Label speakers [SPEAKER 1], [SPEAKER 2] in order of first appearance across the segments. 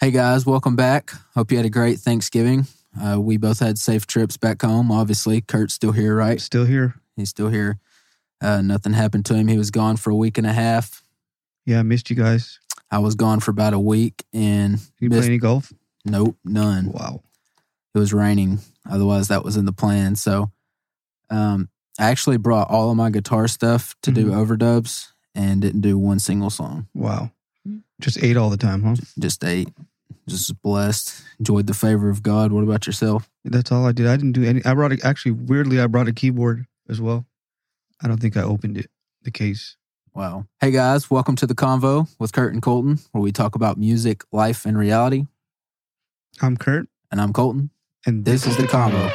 [SPEAKER 1] Hey guys, welcome back. Hope you had a great Thanksgiving. Uh, we both had safe trips back home. Obviously, Kurt's still here, right?
[SPEAKER 2] Still here.
[SPEAKER 1] He's still here. Uh, nothing happened to him. He was gone for a week and a half.
[SPEAKER 2] Yeah, I missed you guys.
[SPEAKER 1] I was gone for about a week and
[SPEAKER 2] You
[SPEAKER 1] missed-
[SPEAKER 2] play any golf?
[SPEAKER 1] nope, none.
[SPEAKER 2] Wow.
[SPEAKER 1] It was raining. Otherwise, that was in the plan. So, um, I actually brought all of my guitar stuff to do overdubs and didn't do one single song.
[SPEAKER 2] Wow. Just ate all the time, huh?
[SPEAKER 1] Just ate, just blessed, enjoyed the favor of God. What about yourself?
[SPEAKER 2] That's all I did. I didn't do any. I brought a, actually weirdly I brought a keyboard as well. I don't think I opened it. The case.
[SPEAKER 1] Wow. Hey guys, welcome to the convo with Kurt and Colton, where we talk about music, life, and reality.
[SPEAKER 2] I'm Kurt,
[SPEAKER 1] And I'm Colton.
[SPEAKER 2] and
[SPEAKER 1] This is the convo.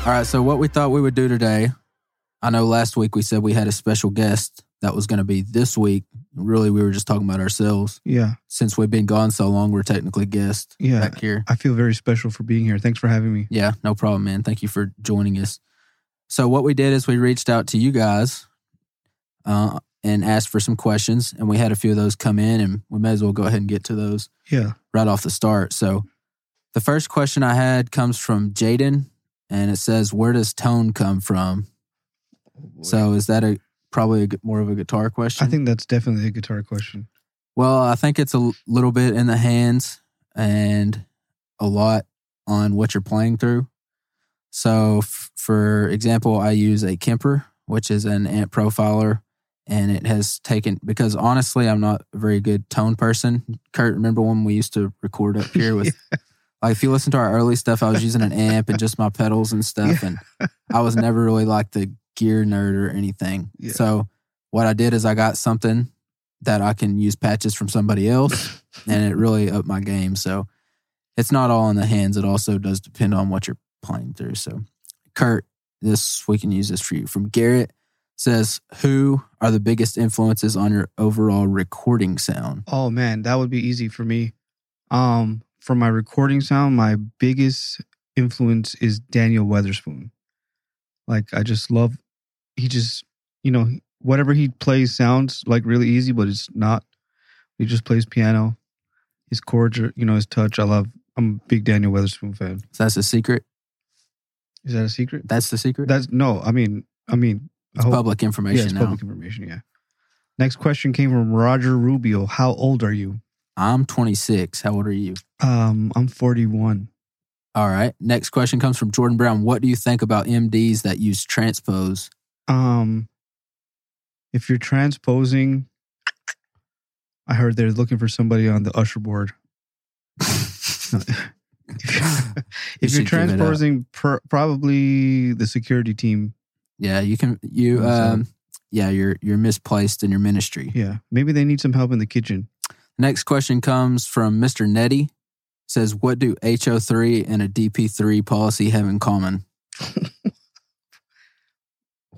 [SPEAKER 1] All right, so what we thought we would do today, I know last week we said we had a special guest that was going to be this week. Really, we were just talking about ourselves.
[SPEAKER 2] Yeah,
[SPEAKER 1] Since we've been gone so long, we're technically guests
[SPEAKER 2] Yeah.
[SPEAKER 1] back here.
[SPEAKER 2] I feel very special for being here. Thanks for having me.
[SPEAKER 1] Yeah, no problem, man. Thank you for joining us. So, what we did is we reached out to you guys uh, and asked for some questions, and we had a few of those come in, and we may as well go ahead and get to those
[SPEAKER 2] Yeah.
[SPEAKER 1] right off the start. So the first question I had comes from Jaden and it says, Where does tone come from? So is that a probably a, gu- more of a guitar question?
[SPEAKER 2] I think that's definitely a guitar question.
[SPEAKER 1] well, I think it's a l- little bit in the hands and a lot on what you're playing through. So f- for example, I use a Kemper, which is an amp profiler. And it has taken because honestly, I'm not a very good tone person. Kurt, remember when we used to record up here with like if you listen to our early stuff, I was using an amp and just my pedals and stuff, and I was never really like the gear nerd or anything.
[SPEAKER 2] Yeah.
[SPEAKER 1] So what I did is I got something that I can use patches from somebody else, and it really upped my game. So it's not all in the hands. It also does depend on what you're playing through. So Kurt, this we can use this for you from Garrett says who are the biggest influences on your overall recording sound
[SPEAKER 2] Oh man, that would be easy for me. Um, for my recording sound, my biggest influence is Daniel Weatherspoon. Like I just love he just you know, whatever he plays sounds like really easy, but it's not. He just plays piano. His chords are you know, his touch. I love I'm a big Daniel Weatherspoon fan.
[SPEAKER 1] so that's the secret
[SPEAKER 2] Is that a secret?
[SPEAKER 1] that's the secret
[SPEAKER 2] That's no, I mean I mean I
[SPEAKER 1] it's
[SPEAKER 2] hope-
[SPEAKER 1] public
[SPEAKER 2] Yeah,
[SPEAKER 1] information
[SPEAKER 2] it's
[SPEAKER 1] now
[SPEAKER 2] public information, yeah. Next question came from Roger Rubio. How old are you?
[SPEAKER 1] I'm 26. How old are you?
[SPEAKER 2] Um, I'm 41.
[SPEAKER 1] All right. Next question comes from Jordan Brown. What do you think about MDs that use transpose?
[SPEAKER 2] um if you're transposing i heard they're looking for somebody on the usher board No.
[SPEAKER 1] You should
[SPEAKER 2] if you're
[SPEAKER 1] give it up.
[SPEAKER 2] transposing per, probably the security team
[SPEAKER 1] Yeah, you can. You,
[SPEAKER 2] Awesome.
[SPEAKER 1] um, yeah, you're you're misplaced in your ministry.
[SPEAKER 2] yeah maybe they need some help in the kitchen
[SPEAKER 1] Next question comes from Mr. Netty. Says, what do HO3 and a DP3 policy have in common?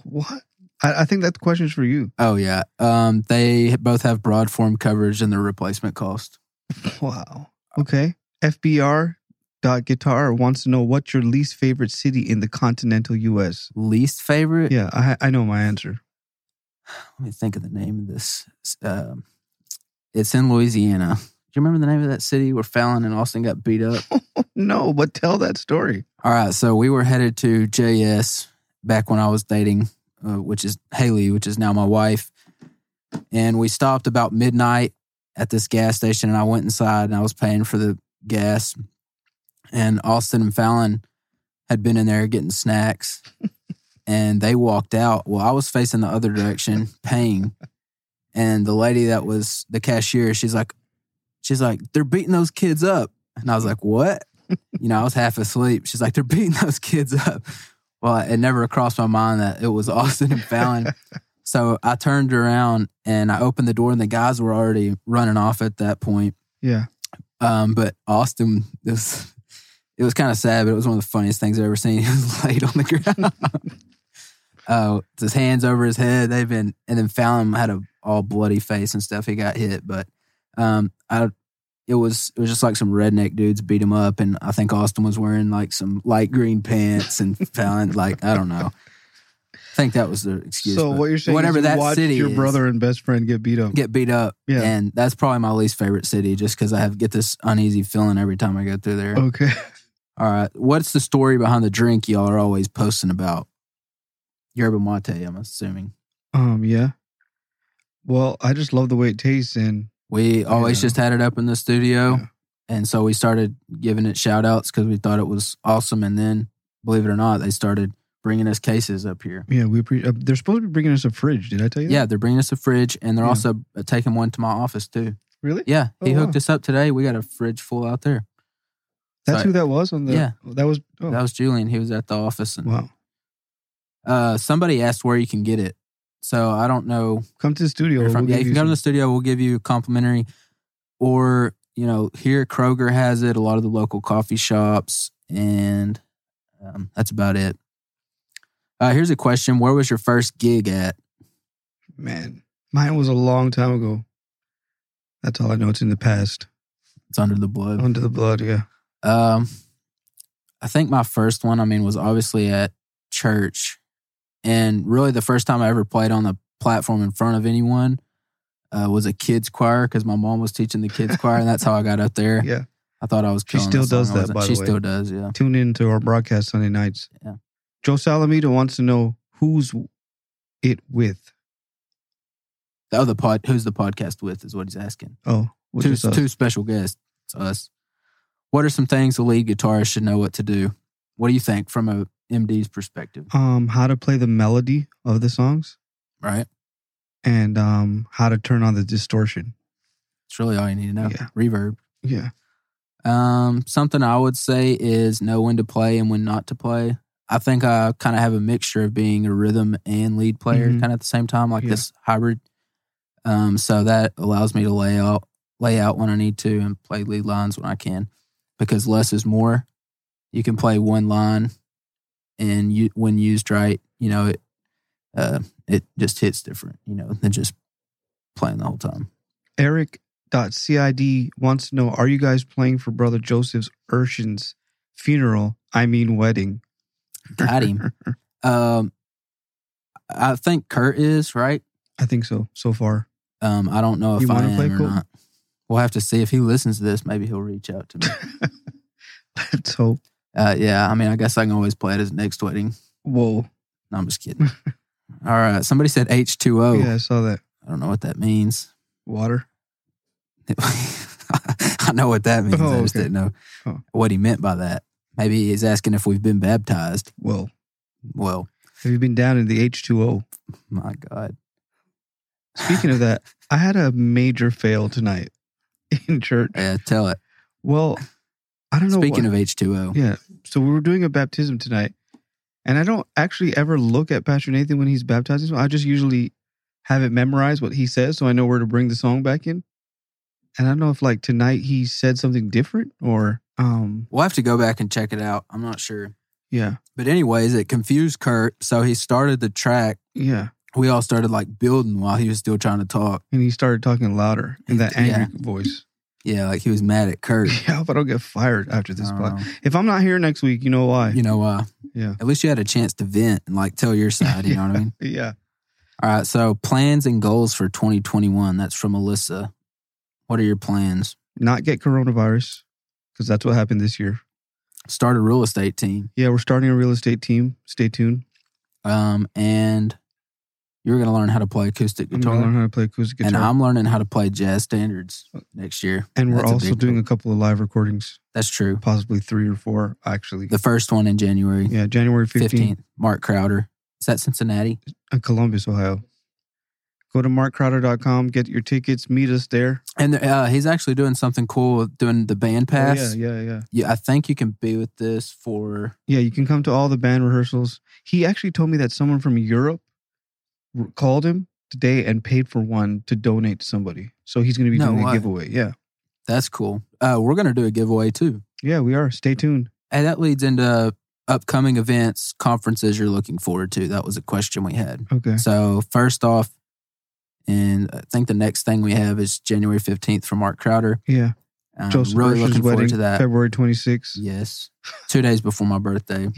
[SPEAKER 2] what i, I think that question's for you
[SPEAKER 1] Oh yeah, um, they both have broad form coverage and their replacement cost.
[SPEAKER 2] wow okay fbr dot guitar wants to know what's your least favorite city in the continental us
[SPEAKER 1] Least favorite?
[SPEAKER 2] yeah i i know my answer
[SPEAKER 1] let me think of the name of this. Um, it's in Louisiana. Do you remember the name of that city where Fallon and Austin got beat up?
[SPEAKER 2] no but tell that story
[SPEAKER 1] All right, so we were headed to JS back when I was dating, uh, which is Haley, which is now my wife. And we stopped about midnight at this gas station, and I went inside and I was paying for the gas. And Austin and Fallon had been in there getting snacks, and they walked out. Well, I was facing the other direction, paying, and the lady that was the cashier, she's like, she's like, they're beating those kids up, and I was like, what? You know, I was half asleep. She's like, they're beating those kids up. Well, it never crossed my mind that it was Austin and Fallon. So I turned around and I opened the door, and the guys were already running off at that point.
[SPEAKER 2] yeah.
[SPEAKER 1] Um, but Austin, this it was kind of sad, but it was one of the funniest things I've ever seen. He was laid on the ground, uh, with his hands over his head. They've been, and then Fallon had a all bloody face and stuff. He got hit, but um, I it was it was just like some redneck dudes beat him up, and I think Austin was wearing like some light green pants, and Fallon like I don't know. I think that was the excuse.
[SPEAKER 2] so
[SPEAKER 1] but
[SPEAKER 2] what you're saying?
[SPEAKER 1] whatever
[SPEAKER 2] is you
[SPEAKER 1] that
[SPEAKER 2] watched
[SPEAKER 1] city
[SPEAKER 2] your
[SPEAKER 1] is,
[SPEAKER 2] brother and best friend get beat up.
[SPEAKER 1] get beat up.
[SPEAKER 2] Yeah.
[SPEAKER 1] And that's probably my least favorite city just because I have get this uneasy feeling every time I go through there.
[SPEAKER 2] okay.
[SPEAKER 1] All right. What's the story behind the drink y'all are always posting about? Yerba mate, I'm assuming.
[SPEAKER 2] Um. Yeah. Well, I just love the way it tastes, and
[SPEAKER 1] We always
[SPEAKER 2] Yeah.
[SPEAKER 1] just had it up in the studio.
[SPEAKER 2] Yeah.
[SPEAKER 1] And so we started giving it shout outs because we thought it was awesome. And then, believe it or not, they started bringing us cases up here.
[SPEAKER 2] yeah, we appreciate. Uh, they're supposed to be bringing us a fridge. Did I tell you?
[SPEAKER 1] Yeah,
[SPEAKER 2] that?
[SPEAKER 1] they're bringing us a fridge and they're
[SPEAKER 2] Yeah.
[SPEAKER 1] also uh, taking one to my office too.
[SPEAKER 2] Really?
[SPEAKER 1] Yeah, he
[SPEAKER 2] Oh, wow.
[SPEAKER 1] hooked us up today. We got a fridge full out there.
[SPEAKER 2] That's
[SPEAKER 1] So-
[SPEAKER 2] who that was on the.
[SPEAKER 1] Yeah.
[SPEAKER 2] That was. Oh,
[SPEAKER 1] That was Julian. He was at the office and
[SPEAKER 2] wow.
[SPEAKER 1] uh, somebody asked where you can get it. So I don't know.
[SPEAKER 2] Come to the studio.
[SPEAKER 1] where
[SPEAKER 2] we'll
[SPEAKER 1] from. yeah,
[SPEAKER 2] give
[SPEAKER 1] you can come to
[SPEAKER 2] some-
[SPEAKER 1] the studio. We'll give you complimentary, or you know, here Kroger has it. A lot of the local coffee shops, and um, that's about it. Uh, here's a question: Where was your first gig at?
[SPEAKER 2] Man, mine was a long time ago. That's all I know. It's in the past.
[SPEAKER 1] It's under the blood.
[SPEAKER 2] Under the blood. Yeah.
[SPEAKER 1] Um, I think my first one, I mean, was obviously at church, and really the first time I ever played on the platform in front of anyone uh, was a kids choir because my mom was teaching the kids choir, and that's how I got up there.
[SPEAKER 2] Yeah.
[SPEAKER 1] I thought I was.
[SPEAKER 2] She
[SPEAKER 1] killing
[SPEAKER 2] still
[SPEAKER 1] the song.
[SPEAKER 2] does
[SPEAKER 1] I
[SPEAKER 2] that,
[SPEAKER 1] wasn't.
[SPEAKER 2] by
[SPEAKER 1] she
[SPEAKER 2] the way.
[SPEAKER 1] still does. Yeah.
[SPEAKER 2] Tune in to our broadcast Sunday nights.
[SPEAKER 1] Yeah.
[SPEAKER 2] Joe Salamita wants to know who's it with.
[SPEAKER 1] The other pod, who's the podcast with, is what he's asking.
[SPEAKER 2] Oh, which
[SPEAKER 1] two
[SPEAKER 2] is us.
[SPEAKER 1] two special guests, it's us. What are some things the lead guitarist should know what to do? What do you think from a MD's perspective?
[SPEAKER 2] um, how to play the melody of the songs
[SPEAKER 1] Right.
[SPEAKER 2] and um, how to turn on the distortion.
[SPEAKER 1] It's really all you need to know.
[SPEAKER 2] Yeah.
[SPEAKER 1] Reverb.
[SPEAKER 2] Yeah.
[SPEAKER 1] Um, something I would say is know when to play and when not to play. I think I kind of have a mixture of being a rhythm and lead player
[SPEAKER 2] Mhm.
[SPEAKER 1] kind of at the same time, like
[SPEAKER 2] Yeah.
[SPEAKER 1] this hybrid. Um, so that allows me to lay out lay out when I need to and play lead lines when I can, because less is more. You can play one line, and you when used right, you know it. Uh, it just hits different, you know, than just playing the whole time.
[SPEAKER 2] Eric.cid wants to know Are you guys playing for Brother Joseph's Urshan's funeral? I mean, wedding.
[SPEAKER 1] Got him. Um, I think Kurt is right.
[SPEAKER 2] I think so, so far.
[SPEAKER 1] Um, I don't know if
[SPEAKER 2] You
[SPEAKER 1] I
[SPEAKER 2] wanna
[SPEAKER 1] am
[SPEAKER 2] play
[SPEAKER 1] or
[SPEAKER 2] cool?
[SPEAKER 1] not. We'll have to see if he listens to this. Maybe he'll reach out to me.
[SPEAKER 2] Let's hope.
[SPEAKER 1] uh, yeah, I mean, I guess I can always play at his next wedding.
[SPEAKER 2] Whoa.
[SPEAKER 1] No, I'm just kidding. All right, somebody said H two O.
[SPEAKER 2] Yeah, I saw that.
[SPEAKER 1] I don't know what that means.
[SPEAKER 2] Water.
[SPEAKER 1] I know what that means. I
[SPEAKER 2] Oh,
[SPEAKER 1] just
[SPEAKER 2] okay.
[SPEAKER 1] didn't know
[SPEAKER 2] Oh.
[SPEAKER 1] what he meant by that. Maybe he's asking if we've been baptized.
[SPEAKER 2] Whoa.
[SPEAKER 1] Well,
[SPEAKER 2] Have you been down in the H2O?
[SPEAKER 1] my God.
[SPEAKER 2] Speaking of that, I had a major fail tonight in church.
[SPEAKER 1] Yeah, tell it.
[SPEAKER 2] Well, I don't know.
[SPEAKER 1] Eh. Speaking
[SPEAKER 2] what-
[SPEAKER 1] of H two O,
[SPEAKER 2] Yeah. So we were doing a baptism tonight, and I don't actually ever look at Pastor Nathan when he's baptizing. So I just usually have it memorized what he says, so I know where to bring the song back in. And I don't know if like tonight he said something different or um
[SPEAKER 1] we'll have to go back and check it out. I'm not sure.
[SPEAKER 2] yeah
[SPEAKER 1] But anyways, it confused Kurt, so he started the track.
[SPEAKER 2] yeah.
[SPEAKER 1] We all started like building while he was still trying to talk.
[SPEAKER 2] And he started talking louder in that angry
[SPEAKER 1] Yeah.
[SPEAKER 2] voice.
[SPEAKER 1] Yeah, like he was mad at Kurt.
[SPEAKER 2] Yeah, I hope I don't get fired after this.
[SPEAKER 1] I
[SPEAKER 2] pod-
[SPEAKER 1] don't know.
[SPEAKER 2] If I'm not here next week, you know why?
[SPEAKER 1] You know why?
[SPEAKER 2] Yeah.
[SPEAKER 1] At least you had a chance to vent and like tell your side. You know what I mean?
[SPEAKER 2] Yeah.
[SPEAKER 1] All right. So plans and goals for 2021. That's from Alyssa. What are your plans?
[SPEAKER 2] Not get coronavirus because that's what happened this year.
[SPEAKER 1] Start a real estate team.
[SPEAKER 2] Yeah, we're starting a real estate team. Stay tuned.
[SPEAKER 1] Um, and you're gonna learn how to play acoustic
[SPEAKER 2] I'm
[SPEAKER 1] guitar,
[SPEAKER 2] gonna learn how to play acoustic guitar.
[SPEAKER 1] and I'm learning how to play jazz standards next year.
[SPEAKER 2] And we're
[SPEAKER 1] That's a
[SPEAKER 2] also
[SPEAKER 1] big
[SPEAKER 2] doing
[SPEAKER 1] deal.
[SPEAKER 2] a couple of live recordings,
[SPEAKER 1] That's true.
[SPEAKER 2] possibly three or four, actually.
[SPEAKER 1] The first one in January
[SPEAKER 2] yeah, January 15th.
[SPEAKER 1] fifteenth. Mark Crowder. Is that Cincinnati?
[SPEAKER 2] in Columbus, Ohio. Go to markcrowder.com, get your tickets, meet us there.
[SPEAKER 1] And uh, he's actually doing something cool, with doing the band
[SPEAKER 2] Oh,
[SPEAKER 1] pass. yeah,
[SPEAKER 2] yeah, yeah, yeah.
[SPEAKER 1] I think you can be with this for.
[SPEAKER 2] Yeah, you can come to all the band rehearsals. He actually told me that someone from Europe r- called him today and paid for one to donate to somebody. So he's going to be
[SPEAKER 1] No
[SPEAKER 2] doing
[SPEAKER 1] way.
[SPEAKER 2] a giveaway. Yeah.
[SPEAKER 1] That's cool. Uh, we're gonna do a giveaway too,
[SPEAKER 2] Yeah, we are. Stay tuned.
[SPEAKER 1] and that leads into upcoming events, conferences you're looking forward to. That was a question we had.
[SPEAKER 2] Okay.
[SPEAKER 1] So first off, and I think the next thing we have is January 15th for Mark Crowder.
[SPEAKER 2] Yeah.
[SPEAKER 1] I'm
[SPEAKER 2] Joseph
[SPEAKER 1] really
[SPEAKER 2] Ursh's
[SPEAKER 1] looking
[SPEAKER 2] wedding,
[SPEAKER 1] forward to that.
[SPEAKER 2] February 26th. Yeah.
[SPEAKER 1] Yes, two days before my birthday.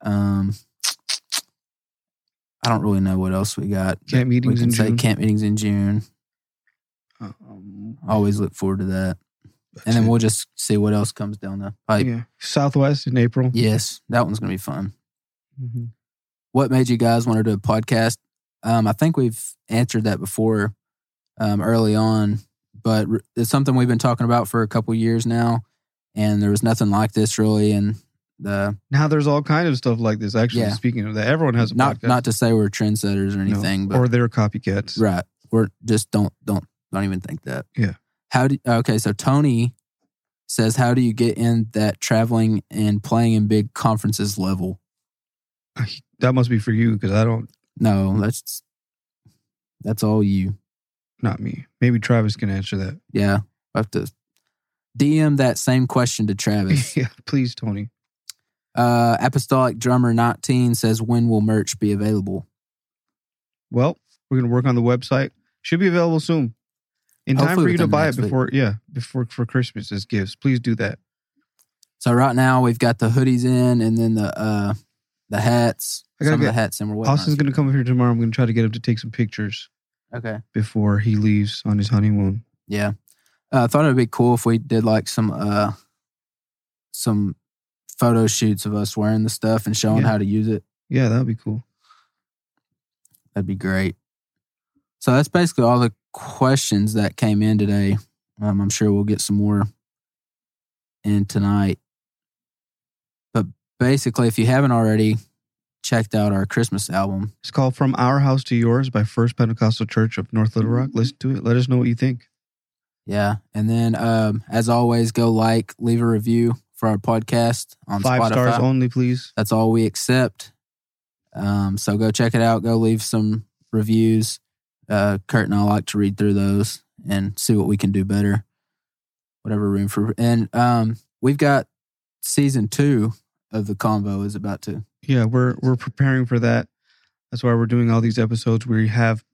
[SPEAKER 1] Um, I don't really know what else we got.
[SPEAKER 2] Camp
[SPEAKER 1] We
[SPEAKER 2] meetings
[SPEAKER 1] can
[SPEAKER 2] in
[SPEAKER 1] say
[SPEAKER 2] June.
[SPEAKER 1] camp meetings in June. Uh,
[SPEAKER 2] Um,
[SPEAKER 1] Always look forward to that,
[SPEAKER 2] that's
[SPEAKER 1] and then
[SPEAKER 2] it.
[SPEAKER 1] we'll just see what else comes down the pipe.
[SPEAKER 2] yeah. Southwest in April.
[SPEAKER 1] Yes, that one's gonna be fun.
[SPEAKER 2] hmm
[SPEAKER 1] What made you guys want to do a podcast? Um, I think we've answered that before, um, early on, but r- it's something we've been talking about for a couple years now, and there was nothing like this really. And the
[SPEAKER 2] Now there's all kind of stuff like this. Actually,
[SPEAKER 1] Yeah.
[SPEAKER 2] speaking of that, everyone has a
[SPEAKER 1] not
[SPEAKER 2] podcast.
[SPEAKER 1] not to say we're trendsetters or
[SPEAKER 2] No.
[SPEAKER 1] anything, but
[SPEAKER 2] or they're copycats.
[SPEAKER 1] Right. We're just don't don't don't even think that.
[SPEAKER 2] Yeah.
[SPEAKER 1] How do okay, so Tony says how do you get in that traveling and playing in big conferences level?
[SPEAKER 2] That must be for you because I don't.
[SPEAKER 1] No, that's that's all you.
[SPEAKER 2] Not me. Maybe Travis can answer that.
[SPEAKER 1] Yeah. I have to DM that same question to Travis.
[SPEAKER 2] yeah, please, Tony.
[SPEAKER 1] uh Apostolic Drummer 19 says when will merch be available?
[SPEAKER 2] Well, we're gonna work on the website. Should be available soon. In time
[SPEAKER 1] Hopefully
[SPEAKER 2] for you to
[SPEAKER 1] within
[SPEAKER 2] buy it
[SPEAKER 1] next week.
[SPEAKER 2] before, yeah, before for Christmas as gifts. Please do that.
[SPEAKER 1] So right now we've got the hoodies in and then the uh the hats.
[SPEAKER 2] I gotta
[SPEAKER 1] Some
[SPEAKER 2] get-
[SPEAKER 1] of the hats and we're waiting.
[SPEAKER 2] Austin's
[SPEAKER 1] on-
[SPEAKER 2] gonna come up here tomorrow. I'm gonna try to get him to take some pictures
[SPEAKER 1] Okay.
[SPEAKER 2] before he leaves on his honeymoon.
[SPEAKER 1] Yeah. Uh, I thought it would be cool if we did like some uh some photo shoots of us wearing the stuff and showing
[SPEAKER 2] Yeah.
[SPEAKER 1] how to use it.
[SPEAKER 2] Yeah, that'd be cool.
[SPEAKER 1] That'd be great. So that's basically all the questions that came in today. Um, I'm sure we'll get some more in tonight. But basically, if you haven't already checked out our Christmas album,
[SPEAKER 2] It's called "From Our House to Yours" by First Pentecostal Church of North Little Rock. Listen to it. Let us know what you think.
[SPEAKER 1] yeah. And then, um, as always, go like, leave a review for our podcast on
[SPEAKER 2] Five
[SPEAKER 1] Spotify.
[SPEAKER 2] stars only, please.
[SPEAKER 1] That's all we accept. Um, so go check it out. Go leave some reviews. Uh, Kurt and I like to read through those and see what we can do better. Whatever room for. And um, we've got season two of the combo is about to.
[SPEAKER 2] Yeah, we're we're preparing for that. That's why we're doing all these episodes. We have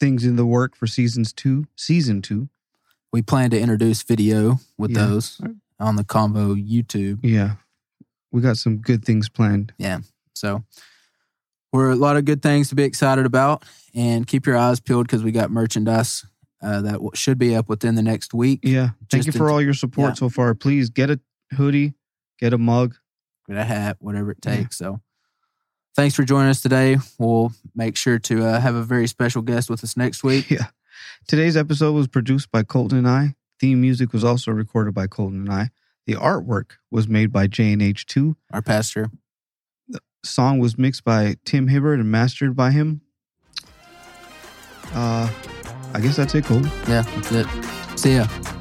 [SPEAKER 2] things in the work for seasons two. Season two.
[SPEAKER 1] We plan to introduce video with
[SPEAKER 2] Yeah.
[SPEAKER 1] those on the combo YouTube.
[SPEAKER 2] Yeah, we got some good things planned.
[SPEAKER 1] So we're a lot of good things to be excited about. And keep your eyes peeled because we got merchandise uh, that w- should be up within the next week.
[SPEAKER 2] Yeah, thank
[SPEAKER 1] Just
[SPEAKER 2] you for
[SPEAKER 1] in-
[SPEAKER 2] all your support
[SPEAKER 1] yeah.
[SPEAKER 2] so far. Please get a hoodie, get a mug.
[SPEAKER 1] get a hat, whatever it
[SPEAKER 2] Yeah.
[SPEAKER 1] takes. So thanks for joining us today. We'll make sure to uh, have a very special guest with us next week.
[SPEAKER 2] Yeah. Today's episode was produced by Colton and I. Theme music was also recorded by Colton and I. The artwork was made by J and H Two.
[SPEAKER 1] Our pastor.
[SPEAKER 2] Song was mixed by Tim Hibbert and mastered by him. Uh, I guess that's it, Colton.
[SPEAKER 1] Yeah, that's it. See ya.